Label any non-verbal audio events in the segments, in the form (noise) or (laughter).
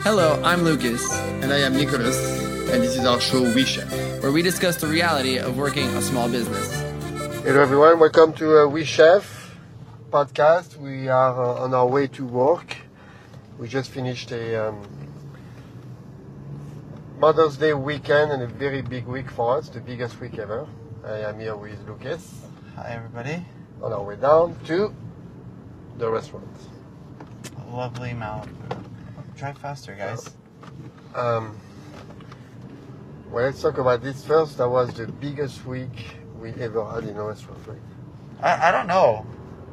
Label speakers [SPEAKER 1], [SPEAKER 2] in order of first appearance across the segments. [SPEAKER 1] Hello, I'm Lucas,
[SPEAKER 2] And I am Nicholas, and this is our show WeChef.
[SPEAKER 1] where we discuss the reality of working a small business.
[SPEAKER 2] Hello everyone, welcome to uh, WeChef podcast. We are uh, on our way to work. We just finished a um, Mother's Day weekend and a very big week for us, the biggest week ever. I am here with Lucas
[SPEAKER 3] Hi everybody,
[SPEAKER 2] on our way down to the restaurant.
[SPEAKER 3] lovely Malibu. Drive faster, guys.
[SPEAKER 2] Um, well, let's talk about this first. That was the biggest week we ever had in a restaurant. right?
[SPEAKER 3] I, I don't know,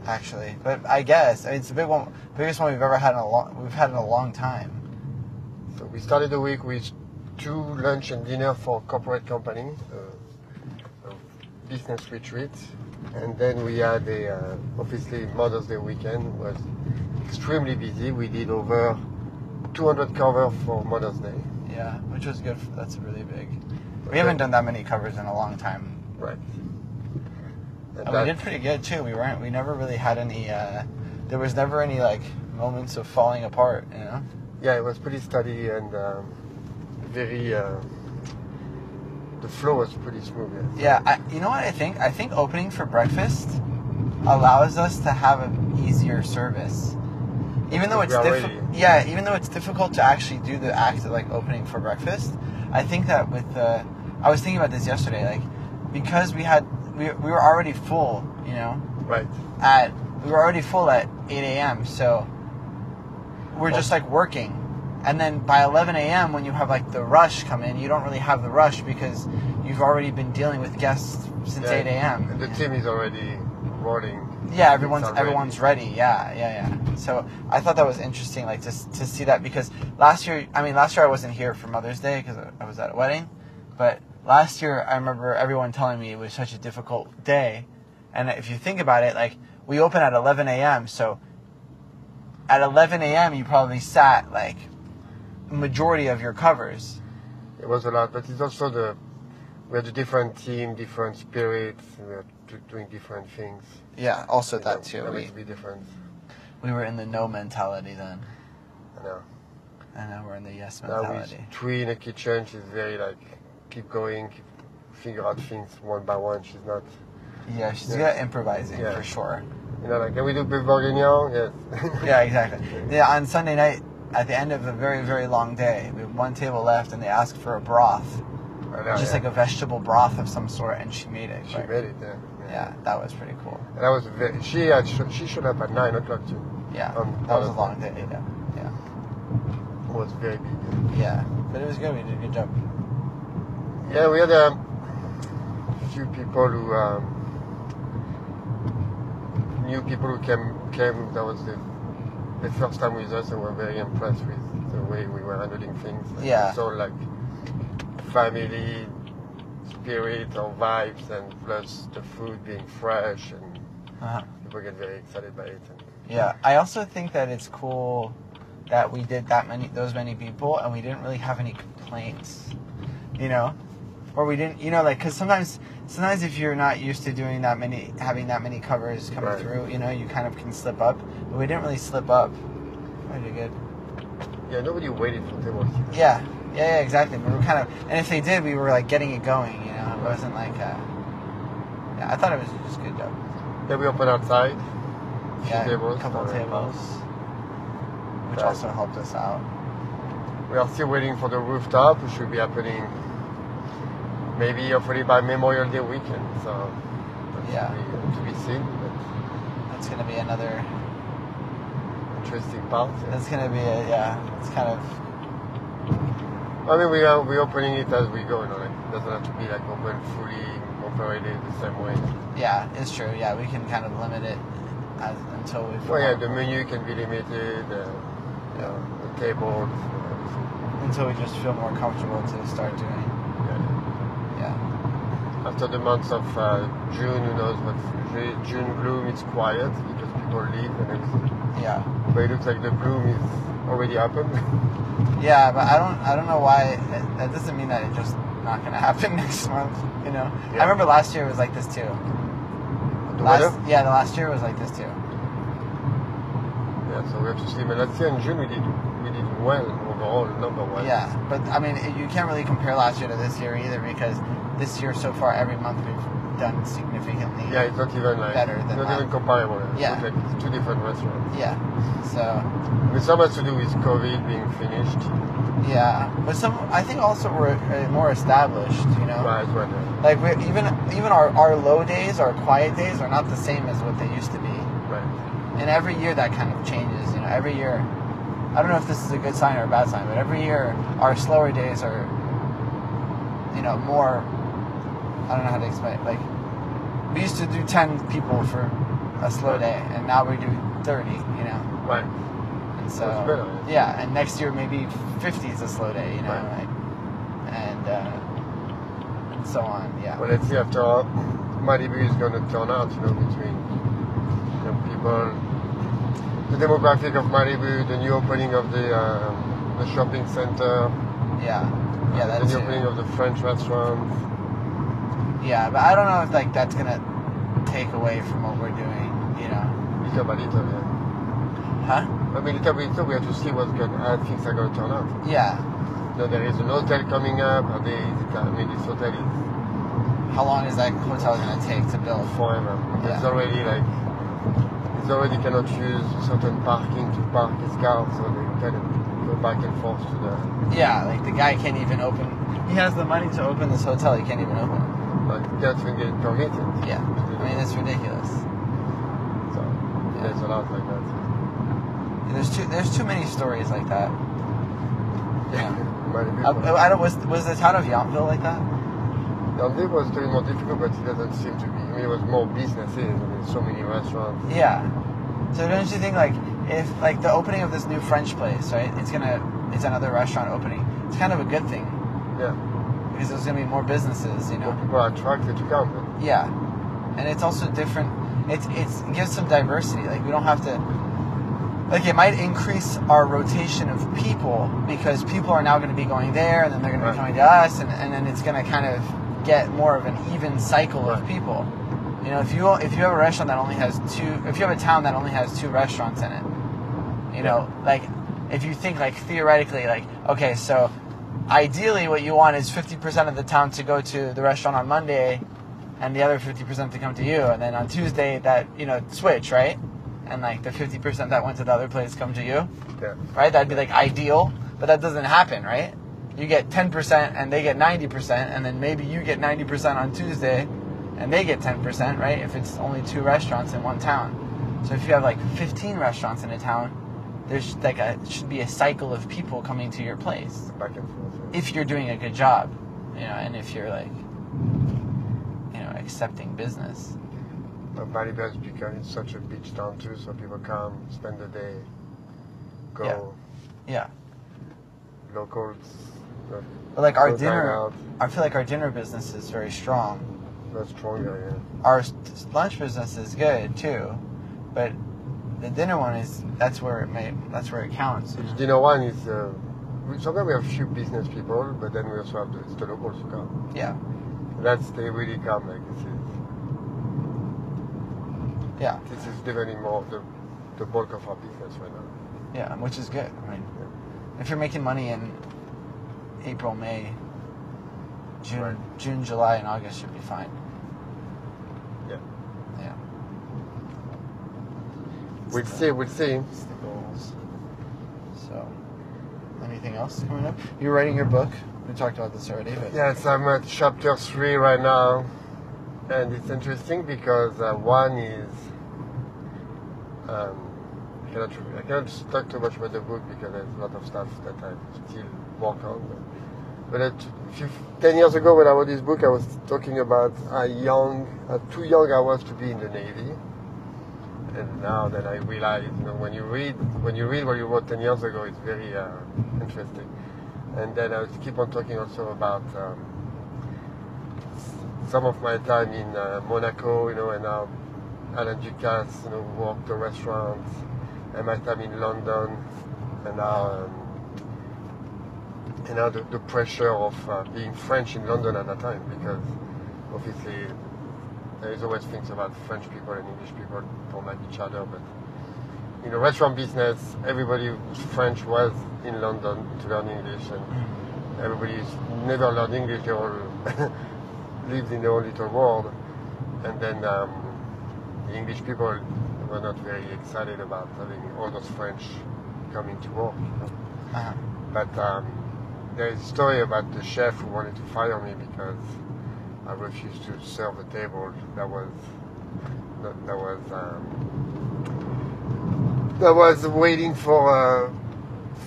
[SPEAKER 3] actually, but I guess I mean, it's the big one, biggest one we've ever had in a long we've had in a long time.
[SPEAKER 2] So we started the week with two lunch and dinner for corporate company, uh, a business retreat, and then we had a uh, obviously Mother's Day weekend was extremely busy. We did over 200 cover for Mother's Day.
[SPEAKER 3] Yeah, which was good. For, that's really big. We haven't done that many covers in a long time.
[SPEAKER 2] Right. And
[SPEAKER 3] And we did pretty good too. We weren't. We never really had any. Uh, there was never any like moments of falling apart. You know.
[SPEAKER 2] yeah, it was pretty steady and um, very. Uh, the flow was pretty smooth. Yeah.
[SPEAKER 3] Yeah, I, you know what I think? I think opening for breakfast allows us to have an easier service. Even though
[SPEAKER 2] We
[SPEAKER 3] it's
[SPEAKER 2] are
[SPEAKER 3] diffi-
[SPEAKER 2] ready.
[SPEAKER 3] yeah, even though it's difficult to actually do the act of like opening for breakfast, I think that with the I was thinking about this yesterday, like because we had we, we were already full, you know,
[SPEAKER 2] Right.
[SPEAKER 3] at we were already full at 8 a.m. So we're just like working, and then by 11 a.m. when you have like the rush come in, you don't really have the rush because you've already been dealing with guests since
[SPEAKER 2] Yeah,
[SPEAKER 3] 8 a.m.
[SPEAKER 2] And the team is already rolling.
[SPEAKER 3] Yeah, everyone's
[SPEAKER 2] It's already-
[SPEAKER 3] everyone's ready. Yeah, yeah, yeah. So I thought that was interesting, like to s- to see that because last year, I mean, last year I wasn't here for Mother's Day because I was at a wedding, but last year I remember everyone telling me it was such a difficult day, and if you think about it, like we open at 11 a.m. So at 11 a.m. you probably sat like majority of your covers.
[SPEAKER 2] It was a lot, but it's also the we had a different team, different spirits. We are do, doing different things.
[SPEAKER 3] Yeah, also
[SPEAKER 2] You know,
[SPEAKER 3] that too.
[SPEAKER 2] That
[SPEAKER 3] We,
[SPEAKER 2] would be different.
[SPEAKER 3] we were in the no mentality then,
[SPEAKER 2] I know.
[SPEAKER 3] and now we're in the yes
[SPEAKER 2] Now with
[SPEAKER 3] mentality.
[SPEAKER 2] three in the kitchen, she's very like keep going, keep, figure out things one by one. She's not,
[SPEAKER 3] Yeah, she's
[SPEAKER 2] Yeah.
[SPEAKER 3] good at improvising
[SPEAKER 2] Yeah.
[SPEAKER 3] for sure.
[SPEAKER 2] you know, like can we do beef bourguignon? Yes.
[SPEAKER 3] (laughs) Yeah, exactly. Yeah, on Sunday night, at the end of a very very long day, we have one table left, and they asked for a broth,
[SPEAKER 2] (laughs) I know,
[SPEAKER 3] just
[SPEAKER 2] yeah.
[SPEAKER 3] like a vegetable broth of some sort, and Oh, she made it.
[SPEAKER 2] she
[SPEAKER 3] but-
[SPEAKER 2] made it. Yeah.
[SPEAKER 3] Yeah, that was pretty cool.
[SPEAKER 2] And that was very, she had sh- she showed up at nine o'clock too.
[SPEAKER 3] Yeah,
[SPEAKER 2] Um,
[SPEAKER 3] that was a
[SPEAKER 2] uh,
[SPEAKER 3] long day. Yeah, yeah,
[SPEAKER 2] It was very big. yeah.
[SPEAKER 3] yeah. But it was good. We did a good job.
[SPEAKER 2] Yeah, we had um, a few people who um, new people who came came. That was the the first time with us, and were very impressed with the way we were handling things. Like,
[SPEAKER 3] Yeah.
[SPEAKER 2] So like family spirit or vibes, and plus the food being fresh, and
[SPEAKER 3] Uh-huh.
[SPEAKER 2] people get very excited by it. And
[SPEAKER 3] Yeah, I also think that it's cool that we did that many those many people and we didn't really have any complaints, you know, or we didn't, you know, like because sometimes sometimes if you're not used to doing that many having that many covers coming
[SPEAKER 2] Right.
[SPEAKER 3] through, you know, you kind of can slip up, but we didn't really slip up. I did good.
[SPEAKER 2] yeah, nobody waited for tables.
[SPEAKER 3] Yeah, yeah, yeah, exactly. We were kind of, and if they did, we were like getting it going, you know. It wasn't like, uh, yeah, I thought it was just good job.
[SPEAKER 2] Then we opened outside. few
[SPEAKER 3] Yeah,
[SPEAKER 2] tables,
[SPEAKER 3] a couple
[SPEAKER 2] uh,
[SPEAKER 3] tables, which
[SPEAKER 2] Right.
[SPEAKER 3] also helped us out.
[SPEAKER 2] We are still waiting for the rooftop, which will be happening maybe hopefully by Memorial Day weekend. So that's
[SPEAKER 3] Yeah.
[SPEAKER 2] to, be, to be seen. But
[SPEAKER 3] That's gonna be another.
[SPEAKER 2] interesting part. yeah.
[SPEAKER 3] That's gonna be a yeah. It's kind of
[SPEAKER 2] I mean, we are we opening it as we go. You know, like, it doesn't have to be like open fully operated the same way.
[SPEAKER 3] yeah. It's true. Yeah, we can kind of limit it as, until we.
[SPEAKER 2] So yeah, the menu can be limited. Uh, you know, the tables. uh,
[SPEAKER 3] until we just feel more comfortable to start doing.
[SPEAKER 2] yeah.
[SPEAKER 3] Yeah.
[SPEAKER 2] After the months of uh, June, who knows what's usually June gloom? It's quiet because people leave, and it's,
[SPEAKER 3] Yeah.
[SPEAKER 2] but it looks like the bloom is already
[SPEAKER 3] (laughs)
[SPEAKER 2] happened.
[SPEAKER 3] Yeah, but I don't. I don't know why. It, that doesn't mean that it's just not gonna (laughs) happen next month. You know.
[SPEAKER 2] Yeah.
[SPEAKER 3] I remember last year was like this too.
[SPEAKER 2] The
[SPEAKER 3] last
[SPEAKER 2] weather?
[SPEAKER 3] yeah, the last year was like this too.
[SPEAKER 2] Yeah, so we have to see. But last year in June we did we did well overall number one.
[SPEAKER 3] Yeah, but I mean, it- you can't really compare last year to this year either because this year so far, every month we've done significantly.
[SPEAKER 2] Yeah, it's not even like
[SPEAKER 3] Better than
[SPEAKER 2] not
[SPEAKER 3] that.
[SPEAKER 2] even comparable. It's
[SPEAKER 3] Yeah.
[SPEAKER 2] like two different restaurants.
[SPEAKER 3] Yeah. So,
[SPEAKER 2] I mean, some has to do with COVID being finished.
[SPEAKER 3] yeah, but some I think also we're uh, more established. You know,
[SPEAKER 2] Right, right, right.
[SPEAKER 3] like we even even our our low days, our quiet days, are not the same as what they used to be.
[SPEAKER 2] right.
[SPEAKER 3] And every year that kind of changes. You know, every year. I don't know if this is a good sign or a bad sign, but every year our slower days are, you know, more. I don't know how to explain. It. Like, we used to do ten people for a slow day, and now we do thirty. You know.
[SPEAKER 2] Right.
[SPEAKER 3] And so,
[SPEAKER 2] That's better, yeah.
[SPEAKER 3] yeah, and next year maybe 50 is a slow day, you know,
[SPEAKER 2] Right.
[SPEAKER 3] like, and, uh, and so on, yeah.
[SPEAKER 2] Well, let's see after all, Malibu is going to turn out, you know, between the people, the demographic of Malibu, the new opening of the uh, the shopping center,
[SPEAKER 3] yeah, yeah,
[SPEAKER 2] the
[SPEAKER 3] that's
[SPEAKER 2] new opening
[SPEAKER 3] it.
[SPEAKER 2] of the French restaurant.
[SPEAKER 3] Yeah, but I don't know if like that's gonna take away from what we're doing, you know,
[SPEAKER 2] Little by little, yeah.
[SPEAKER 3] huh?
[SPEAKER 2] I mean, little by little, we have to see what's going, how things are going to turn out.
[SPEAKER 3] Yeah.
[SPEAKER 2] No, there is an hotel coming up. Are they, is it, I mean, this hotel is
[SPEAKER 3] How long is that hotel gonna take to build?
[SPEAKER 2] forever. It's
[SPEAKER 3] Yeah.
[SPEAKER 2] already like, it's already cannot use certain parking to park his car, so they kind of go back and forth to the,
[SPEAKER 3] Yeah, like the guy can't even open. He has the money to open this hotel. He can't even open. it.
[SPEAKER 2] like, you can't even get permitted.
[SPEAKER 3] Yeah, I mean it's ridiculous.
[SPEAKER 2] So, there's a lot like that.
[SPEAKER 3] There's too there's too many stories like that.
[SPEAKER 2] (laughs)
[SPEAKER 3] Yeah.
[SPEAKER 2] But
[SPEAKER 3] I, I don't, was was the town of Yountville like that?
[SPEAKER 2] Dundee was doing more difficult, but it doesn't seem to be. I mean, it was more businesses. I mean, so many restaurants.
[SPEAKER 3] Yeah. So don't you think like if like the opening of this new French place, right? It's gonna it's another restaurant opening. It's kind of a good thing
[SPEAKER 2] Yeah,
[SPEAKER 3] because there's gonna be more businesses, you
[SPEAKER 2] more
[SPEAKER 3] know.
[SPEAKER 2] people are attracted to come. But
[SPEAKER 3] Yeah. And it's also different. It's it's it gives some diversity. Like we don't have to. Like it might increase our rotation of people because people are now going to be going there, and then they're going to
[SPEAKER 2] Right.
[SPEAKER 3] be coming to us, and, and then it's going to kind of get more of an even cycle of
[SPEAKER 2] Right.
[SPEAKER 3] people. You know, if you if you have a restaurant that only has two, if you have a town that only has two restaurants in it, you know, like if you think like theoretically, like okay, so ideally, what you want is fifty percent of the town to go to the restaurant on Monday, and the other fifty percent to come to you, and then on Tuesday that you know switch right, and like the fifty percent that went to the other place come to you,
[SPEAKER 2] yeah,
[SPEAKER 3] right? That'd be like ideal, but that doesn't happen, right? You get ten percent and they get ninety percent, and then maybe you get ninety percent on Tuesday, and they get ten percent, right? If it's only two restaurants in one town, so if you have like fifteen restaurants in a town, there's like a should be a cycle of people coming to your place
[SPEAKER 2] back and forth. yeah.
[SPEAKER 3] if you're doing a good job, you know, and if you're like, you know, accepting business.
[SPEAKER 2] But Malibu has become such a beach town too, so people come, spend the day, go
[SPEAKER 3] Yeah.
[SPEAKER 2] locals. Not,
[SPEAKER 3] But like our
[SPEAKER 2] go dine
[SPEAKER 3] dinner,
[SPEAKER 2] out,
[SPEAKER 3] I feel like our dinner business is very strong.
[SPEAKER 2] not stronger.
[SPEAKER 3] our s- lunch business is good too, but the dinner one is that's where it may that's where it counts.
[SPEAKER 2] Yeah. Dinner one is. Uh, we- Sometimes we have few business people, but then we also have the, it's the locals who come.
[SPEAKER 3] Yeah,
[SPEAKER 2] That's they really come like this is
[SPEAKER 3] yeah,
[SPEAKER 2] this is definitely more of the the bulk of our business right now.
[SPEAKER 3] yeah, which is good. I mean, if you're making money in April, May, June,
[SPEAKER 2] Right.
[SPEAKER 3] June, July, and August should be fine.
[SPEAKER 2] Yeah.
[SPEAKER 3] Yeah.
[SPEAKER 2] We'll
[SPEAKER 3] It's the-
[SPEAKER 2] see, we'll see.
[SPEAKER 3] It's the goals. So, anything else coming up? You're writing your book. We talked about this already, but
[SPEAKER 2] Yes, I'm at chapter three right now, and it's interesting because uh, one is um, I cannot I cannot talk too much about the book because there's a lot of stuff that I still work on. But, but at, if you- ten years ago when I wrote this book, I was talking about how young, how too young I was to be in the navy, and now that I realize, you know, when you read when you read what you wrote ten years ago, it's very uh, interesting. And then I would keep on talking also about um, some of my time in uh, Monaco, you know, and now Alan Ducasse, you know, worked the restaurant, and my time in London, and now, um, and now the, the pressure of uh, being French in London at that time, because obviously there is always things about French people and English people don't like each other, but in the restaurant business, everybody who's French was in London to learn English, and everybody's never learned English. They all (laughs) lived in their own little world, and then um, the English people were not very excited about having all those French coming to work. you know.
[SPEAKER 3] Uh-huh.
[SPEAKER 2] But um, there is a story about the chef who wanted to fire me because I refused to serve a table that was that, that was um, that was waiting for uh,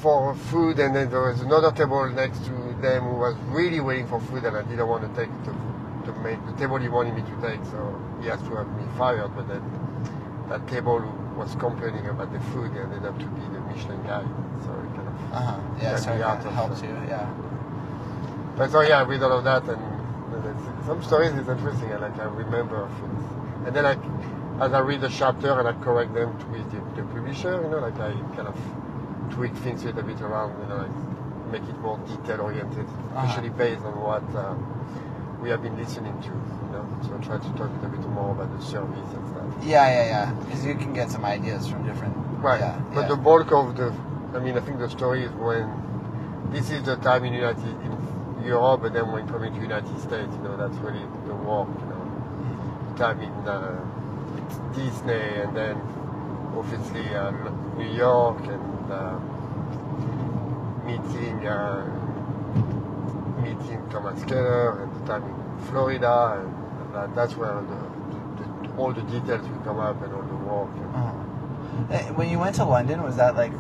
[SPEAKER 2] for food, and then there was another table next to them who was really waiting for food, and I didn't want to take the to make the table he wanted me to take, so he has to have me fired. But then that table who was complaining about the food ended up to be the Michelin guy, so it kind of
[SPEAKER 3] Uh-huh. Yeah,
[SPEAKER 2] Yeah,
[SPEAKER 3] so
[SPEAKER 2] the
[SPEAKER 3] it
[SPEAKER 2] art
[SPEAKER 3] kind of
[SPEAKER 2] of
[SPEAKER 3] helps
[SPEAKER 2] the-
[SPEAKER 3] you. Yeah.
[SPEAKER 2] But so yeah, I read all of that, and it's- some stories is interesting. I like I remember things, and then I, as I read the chapter and I correct them with the, the publisher, you know, like I kind of tweak things a little bit around, you know, like make it more detail oriented,
[SPEAKER 3] Uh-huh.
[SPEAKER 2] especially based on what um, we have been listening to, you know. So I try to talk a little bit more about the service and stuff.
[SPEAKER 3] Yeah, yeah, yeah. Because you can get some ideas from different.
[SPEAKER 2] Right.
[SPEAKER 3] Yeah,
[SPEAKER 2] but
[SPEAKER 3] yeah.
[SPEAKER 2] the bulk of the, I mean, I think the story is when this is the time in United in Europe, but then when coming to United States, you know, that's really the work, you know, time in uh, Disney, and then obviously uh, New York, and uh, meeting uh, meeting Thomas Keller, and the time in Florida, and that, that's where the, the, the, all the details will come up, and all the work. And,
[SPEAKER 3] Uh-huh. Eh, When you went to London, was that like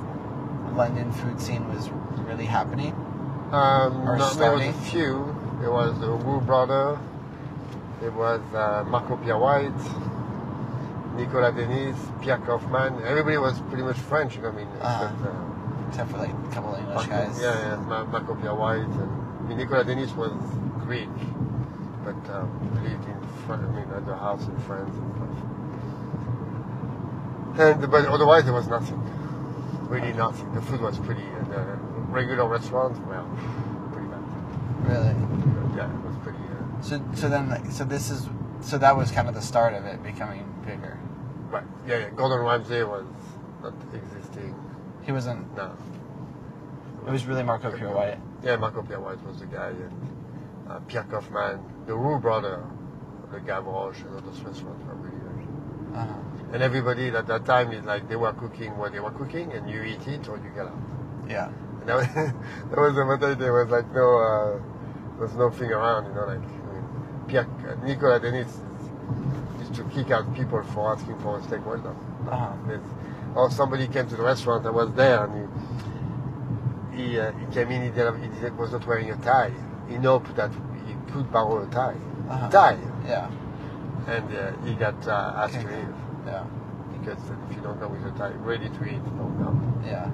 [SPEAKER 3] London food scene was really happening?
[SPEAKER 2] Um,
[SPEAKER 3] Or
[SPEAKER 2] no, there was
[SPEAKER 3] Stoney?
[SPEAKER 2] a few. There was the Wu brother. There was uh, Marco Pierre White, Nicolas Denis, Pierre Kaufman. Everybody was pretty much French. you know, I mean,
[SPEAKER 3] Uh-huh.
[SPEAKER 2] except, uh,
[SPEAKER 3] Except for like a couple of English
[SPEAKER 2] Marco,
[SPEAKER 3] guys.
[SPEAKER 2] yeah, yeah, Ma- Marco Pierre White. And, I mean, Nicolas Denis was Greek, but um, lived in France. I mean, at the house in France and stuff. And but otherwise there was nothing, really nothing. The food was pretty. Uh, the regular restaurants, well, pretty bad.
[SPEAKER 3] Really.
[SPEAKER 2] Yeah, it was pretty. Uh,
[SPEAKER 3] So so then like, so this is so that was kind of the start of it becoming bigger.
[SPEAKER 2] right. Yeah, yeah, Gordon Ramsay was not existing
[SPEAKER 3] He wasn't.
[SPEAKER 2] now.
[SPEAKER 3] It was really Marco Pierre White.
[SPEAKER 2] Yeah, Marco Pierre White was the guy, and uh, Pierre Kaufman, the Roux brother, the Gavroche, and all those restaurants were really good.
[SPEAKER 3] Uh-huh.
[SPEAKER 2] And everybody at that time is like they were cooking what they were cooking, and you eat it or you get out. (laughs)
[SPEAKER 3] Yeah.
[SPEAKER 2] And that was, (laughs) that was the mentality. There was like no, uh, there was nothing around, you know. Like I mean, Pierre, uh, Nicolas Denis used to kick out people for asking for a steak well done.
[SPEAKER 3] Uh-huh.
[SPEAKER 2] Yes. Or somebody came to the restaurant. I was there, and he he, uh, he came in. He, didn't, he didn't, was not wearing a tie. He hoped that he could borrow a tie.
[SPEAKER 3] Uh-huh.
[SPEAKER 2] Tie,
[SPEAKER 3] Yeah.
[SPEAKER 2] and uh, he got uh, asked
[SPEAKER 3] Okay.
[SPEAKER 2] to leave
[SPEAKER 3] Yeah.
[SPEAKER 2] because if you don't go with a tie, ready to eat, don't come.
[SPEAKER 3] Yeah.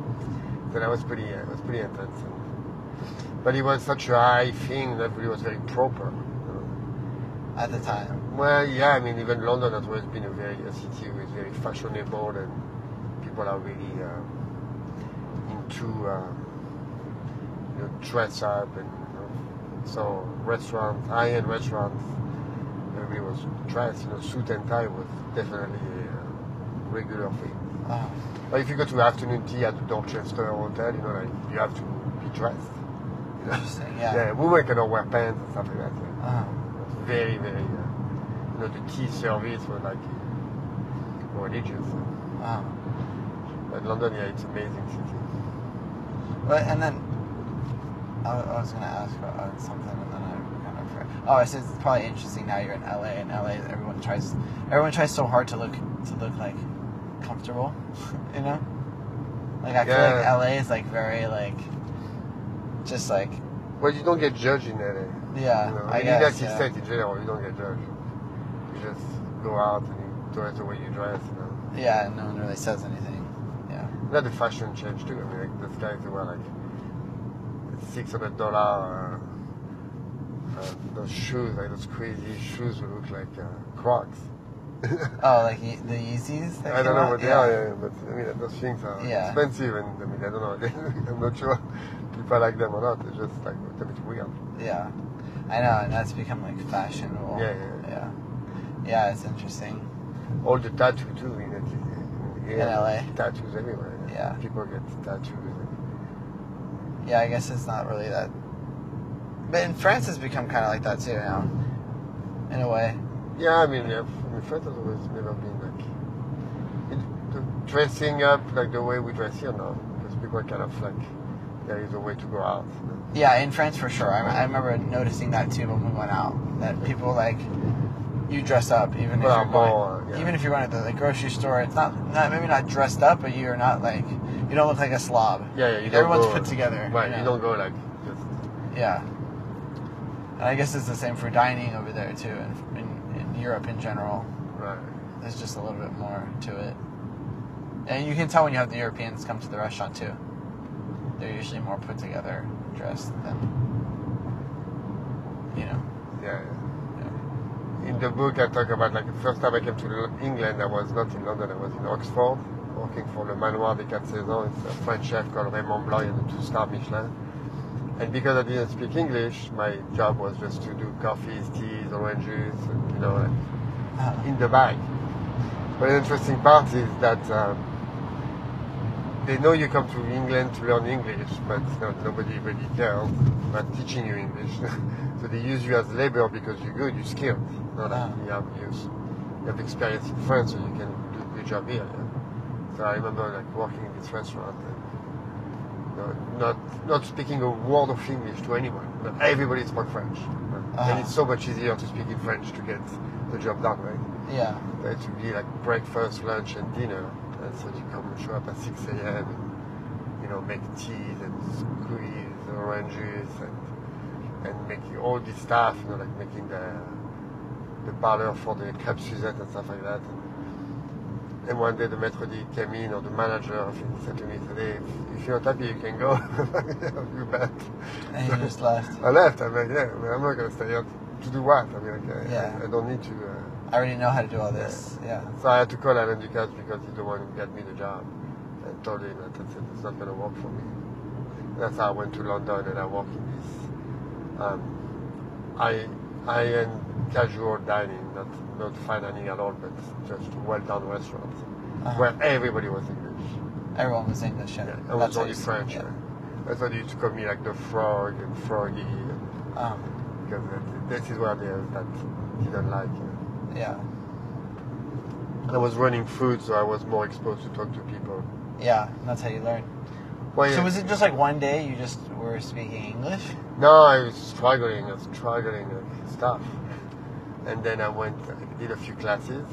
[SPEAKER 2] Then I was pretty, uh, it was pretty intense. And- but it was such a high thing that it was very proper. you know.
[SPEAKER 3] At the time.
[SPEAKER 2] Well, yeah, I mean, even London has always been a very a city with very fashionable and people are really uh, into uh, you know, dress up and you know, so restaurants, high-end restaurants. Everybody was dressed, you know, suit and tie was definitely a uh, regular thing.
[SPEAKER 3] Uh-huh.
[SPEAKER 2] But if you go to afternoon tea at the Dorchester Hotel, you know, like, you have to be dressed. You know?
[SPEAKER 3] Interesting.
[SPEAKER 2] (laughs)
[SPEAKER 3] Yeah.
[SPEAKER 2] yeah, women cannot wear pants and stuff like that. yeah.
[SPEAKER 3] Uh-huh.
[SPEAKER 2] It's very, very, uh, you know, the tea service was like uh, religious.
[SPEAKER 3] Uh-huh.
[SPEAKER 2] But London, yeah, it's amazing city.
[SPEAKER 3] But and then I, I was gonna ask about uh, something, and then I kind of forgot. Oh, I said it's probably interesting now you're in LA, and LA everyone tries everyone tries so hard to look to look like comfortable, (laughs) you know. Like I feel like
[SPEAKER 2] Yeah.
[SPEAKER 3] LA is like very like just like
[SPEAKER 2] Well, you don't get judged in LA.
[SPEAKER 3] yeah.
[SPEAKER 2] you know?
[SPEAKER 3] I
[SPEAKER 2] in United
[SPEAKER 3] guess, yeah.
[SPEAKER 2] States in general, you don't get judged. You just go out and you dress the way you dress. You know?
[SPEAKER 3] yeah, and no one really says anything. Yeah.
[SPEAKER 2] Now the fashion change too. I mean, like, those guys who wear like six hundred dollar uh, uh, those shoes, like those crazy shoes, who look like uh, Crocs. (laughs)
[SPEAKER 3] Oh, like Ye- the Yeezys. that
[SPEAKER 2] I
[SPEAKER 3] came
[SPEAKER 2] don't know
[SPEAKER 3] out?
[SPEAKER 2] what they are, yeah, but I mean those things are
[SPEAKER 3] Yeah.
[SPEAKER 2] expensive, and I mean I don't know. (laughs) I'm not sure if I like them or not. It's just like a little bit weird.
[SPEAKER 3] Yeah, I know, and that's become like fashionable.
[SPEAKER 2] Yeah, yeah,
[SPEAKER 3] yeah. Yeah, it's interesting.
[SPEAKER 2] All the tattoo too in, in, in in
[SPEAKER 3] LA.
[SPEAKER 2] Tattoos everywhere.
[SPEAKER 3] Yeah.
[SPEAKER 2] People get tattoos.
[SPEAKER 3] Yeah, I guess it's not really that. But in France, it's become kind of like that too now, in a way.
[SPEAKER 2] Yeah, I mean, yeah, I mean, France has always never been like it, the dressing up like the way we dress here now, because people are kind of like there is a way to go out. you know.
[SPEAKER 3] Yeah, in France for sure. I, I remember noticing that too when we went out. That people like you dress up even if
[SPEAKER 2] Well,
[SPEAKER 3] you're going,
[SPEAKER 2] more, yeah.
[SPEAKER 3] even if you're going to the like, grocery store. It's not, not maybe not dressed up, but you're not like you don't look like a slob.
[SPEAKER 2] Yeah, yeah. You
[SPEAKER 3] Like,
[SPEAKER 2] don't
[SPEAKER 3] everyone's
[SPEAKER 2] go,
[SPEAKER 3] put together.
[SPEAKER 2] Right.
[SPEAKER 3] know?
[SPEAKER 2] You don't go like just
[SPEAKER 3] Yeah. And I guess it's the same for dining over there too, in, in, in Europe in general.
[SPEAKER 2] right.
[SPEAKER 3] There's just a little bit more to it. And you can tell when you have the Europeans come to the restaurant too. They're usually more put together dressed than, you know.
[SPEAKER 2] Yeah.
[SPEAKER 3] Yeah.
[SPEAKER 2] yeah. In the book, I talk about like the first time I came to L- England. I was not in London. I was in Oxford, working for Le Manoir des Quatre Saisons. It's a French chef called Raymond Blanc, and a two-star Michelin. And because I didn't speak English, my job was just to do coffees, teas, oranges, and, you know, like,
[SPEAKER 3] Uh,
[SPEAKER 2] in the bag. But the interesting part is that um, they know you come to England to learn English, but not, nobody really cares about teaching you English. (laughs) so they use you as labor because you're good, you're skilled. Not that
[SPEAKER 3] Ah.
[SPEAKER 2] you have use, you have experience in France, so you can do a good job here. yeah. So I remember like working in this restaurant. And, you know, not not speaking a word of English to anyone. But everybody spoke French,
[SPEAKER 3] Ah.
[SPEAKER 2] and it's so much easier to speak in French to get the job done, right?
[SPEAKER 3] yeah.
[SPEAKER 2] It would be like breakfast, lunch, and dinner. And so you come show up at 6 a.m. and you know make teas and squeeze oranges and and making all this stuff, you know, like making the the parlor for the club Suzette and stuff like that. And, and one day the maître d' came in or the manager of it said to me today, if, if you're not happy you can go. (laughs) you bet.
[SPEAKER 3] And you
[SPEAKER 2] (laughs)
[SPEAKER 3] just left.
[SPEAKER 2] I left. I'm like, yeah, I mean, I'm not gonna stay here to, to do what? I mean, like, I,
[SPEAKER 3] Yeah.
[SPEAKER 2] I, I don't need to. Uh,
[SPEAKER 3] I already know how to do all this. Yeah.
[SPEAKER 2] so I had to call Alan Ducasse because he's the one who got me the job. And told him that I said, it's not going to work for me. That's how I went to London and I worked in this um, I, high-end casual dining, not, not fine dining at all, but just well-done restaurants
[SPEAKER 3] Uh-huh.
[SPEAKER 2] where everybody was English.
[SPEAKER 3] Everyone was English. Yeah.
[SPEAKER 2] Yeah, I was
[SPEAKER 3] That's how
[SPEAKER 2] only
[SPEAKER 3] you-
[SPEAKER 2] French.
[SPEAKER 3] yeah.
[SPEAKER 2] right? That's why they used to call me like the frog and froggy, and,
[SPEAKER 3] Um,
[SPEAKER 2] because that- this is what they that didn't like. you know.
[SPEAKER 3] yeah.
[SPEAKER 2] I was running food, so I was more exposed to talk to people.
[SPEAKER 3] Yeah. That's how you learn.
[SPEAKER 2] Well,
[SPEAKER 3] So
[SPEAKER 2] yeah.
[SPEAKER 3] was it just like one day you just were speaking English?
[SPEAKER 2] No, I was struggling, I was struggling and stuff. And then I went, I did a few classes.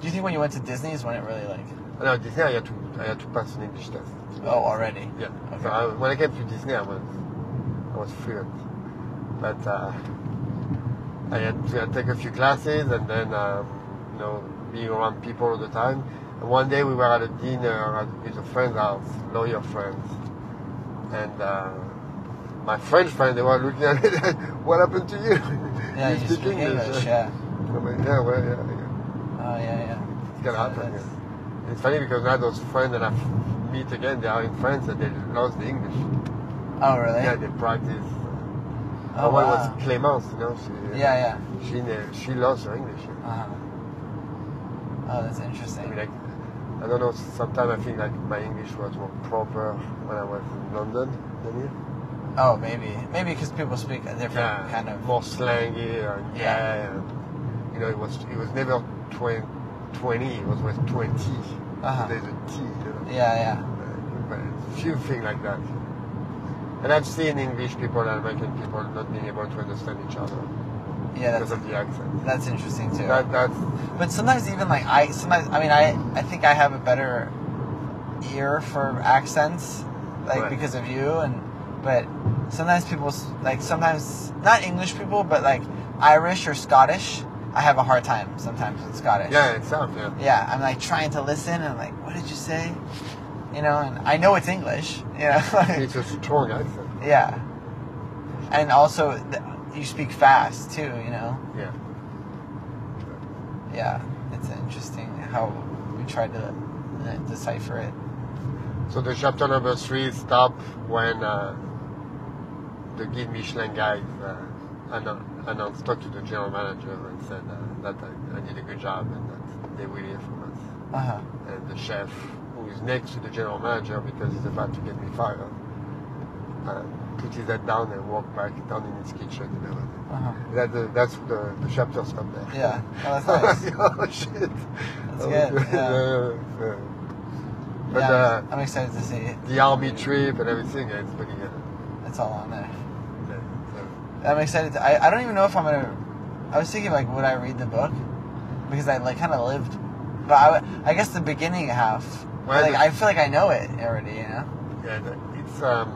[SPEAKER 3] Do you think when you went to Disney is when it really like?
[SPEAKER 2] No, Disney, I had to, I had to pass an English test.
[SPEAKER 3] Oh, already.
[SPEAKER 2] Yeah.
[SPEAKER 3] Okay.
[SPEAKER 2] So I, when I came to Disney, I was, I was fluent. But uh, I had to take a few classes and then, um, you know, being around people all the time. And one day we were at a dinner at, with a friend's house, lawyer friends. And uh, my French friend, they were looking at me, (laughs) like, what happened to you?
[SPEAKER 3] Yeah, you speak English. Yeah.
[SPEAKER 2] (laughs) I'm like, yeah, well, yeah, yeah.
[SPEAKER 3] Oh yeah, yeah.
[SPEAKER 2] It's gonna
[SPEAKER 3] So
[SPEAKER 2] happen.
[SPEAKER 3] that's-
[SPEAKER 2] yeah. It's funny because now those friends that I f- meet again, they are in France and they lost the English.
[SPEAKER 3] Oh really?
[SPEAKER 2] Yeah, they practice.
[SPEAKER 3] Oh,
[SPEAKER 2] Oh, one
[SPEAKER 3] wow.
[SPEAKER 2] was Clemence, you know. She,
[SPEAKER 3] Yeah,
[SPEAKER 2] She ne- she lost her English.
[SPEAKER 3] yeah. Uh-huh. Oh, that's interesting.
[SPEAKER 2] I mean, like, I don't know. Sometimes I think like my English was more proper when I was in London than here.
[SPEAKER 3] oh, maybe, maybe because people speak a different kind of.
[SPEAKER 2] more slangy and
[SPEAKER 3] Yeah.
[SPEAKER 2] yeah. and, you know, it was it was never twen- twenty. It was always 20
[SPEAKER 3] Uh-huh.
[SPEAKER 2] There's a T. You know?
[SPEAKER 3] Yeah, yeah.
[SPEAKER 2] but it's few things like that. And I've seen English people and American people not being able to understand each other
[SPEAKER 3] Yeah,
[SPEAKER 2] because
[SPEAKER 3] that's
[SPEAKER 2] of the accent.
[SPEAKER 3] that's interesting too.
[SPEAKER 2] That, that's
[SPEAKER 3] But sometimes even like I sometimes I mean I I think I have a better ear for accents like
[SPEAKER 2] Right.
[SPEAKER 3] because of you and but sometimes people s- like sometimes not English people but like Irish or Scottish I have a hard time sometimes with Scottish.
[SPEAKER 2] yeah, it's tough. Yeah.
[SPEAKER 3] Yeah, I'm like trying to listen and like what did you say? You know, and I know it's English, (laughs) you know.
[SPEAKER 2] It's a strong accent.
[SPEAKER 3] yeah. And also th- you speak fast too, you know.
[SPEAKER 2] Yeah.
[SPEAKER 3] Yeah, it's interesting how we tried to uh, decipher it.
[SPEAKER 2] So the chapter number three stopped when uh, the Guide Michelin guys uh, anno- announced, talked to the general manager and said uh, that I, I did a good job and that they will hear from us.
[SPEAKER 3] Uh huh.
[SPEAKER 2] And the chef who is next to the general manager because he's about to get me fired, uh, put his head down and walked back down in his kitchen and everything.
[SPEAKER 3] Uh-huh.
[SPEAKER 2] That, uh, that's the, the chapter stop there.
[SPEAKER 3] Yeah. Oh, that's nice.
[SPEAKER 2] (laughs) oh shit.
[SPEAKER 3] That's
[SPEAKER 2] That was (laughs)
[SPEAKER 3] good, yeah.
[SPEAKER 2] Yeah, yeah. But
[SPEAKER 3] yeah,
[SPEAKER 2] uh,
[SPEAKER 3] I'm excited to see it.
[SPEAKER 2] the army trip and everything, yeah, it's pretty good.
[SPEAKER 3] It's all on there.
[SPEAKER 2] Yeah, so-
[SPEAKER 3] I'm excited. To, I I don't even know if I'm gonna. I was thinking like, would I read the book? Because I like kind of lived, but I, w- I guess the beginning half.
[SPEAKER 2] Well,
[SPEAKER 3] like
[SPEAKER 2] the-
[SPEAKER 3] I feel like I know it already. You know.
[SPEAKER 2] yeah, the- it's um,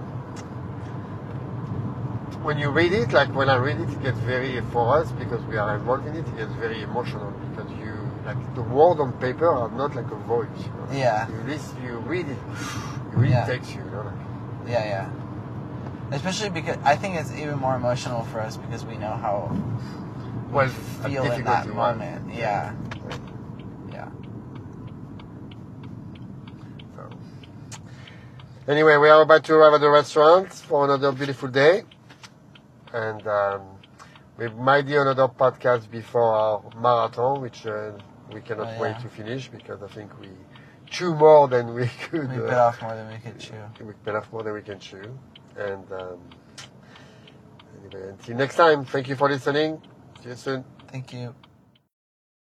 [SPEAKER 2] when you read it, like when I read it, it gets very for us because we are involved in it. It gets very emotional because you like the words on paper are not like a voice. You know? like,
[SPEAKER 3] Yeah.
[SPEAKER 2] You, listen, you read it, (sighs) you really
[SPEAKER 3] Yeah.
[SPEAKER 2] takes you. You know, like,
[SPEAKER 3] Yeah, yeah. Especially because I think it's even more emotional for us because we know how
[SPEAKER 2] well,
[SPEAKER 3] feel in
[SPEAKER 2] difficult
[SPEAKER 3] that
[SPEAKER 2] you are.
[SPEAKER 3] moment. Yeah, yeah.
[SPEAKER 2] So. Anyway, we are about to arrive at the restaurant for another beautiful day. And um, we might do another podcast before our marathon, which uh, we cannot
[SPEAKER 3] Oh,
[SPEAKER 2] wait
[SPEAKER 3] yeah.
[SPEAKER 2] to finish because I think we chew more than we (laughs) could.
[SPEAKER 3] We
[SPEAKER 2] uh,
[SPEAKER 3] bit off more than we could chew.
[SPEAKER 2] We bit off more than we can chew. And um, anyway, until next time, thank you for listening. See you soon.
[SPEAKER 3] Thank you.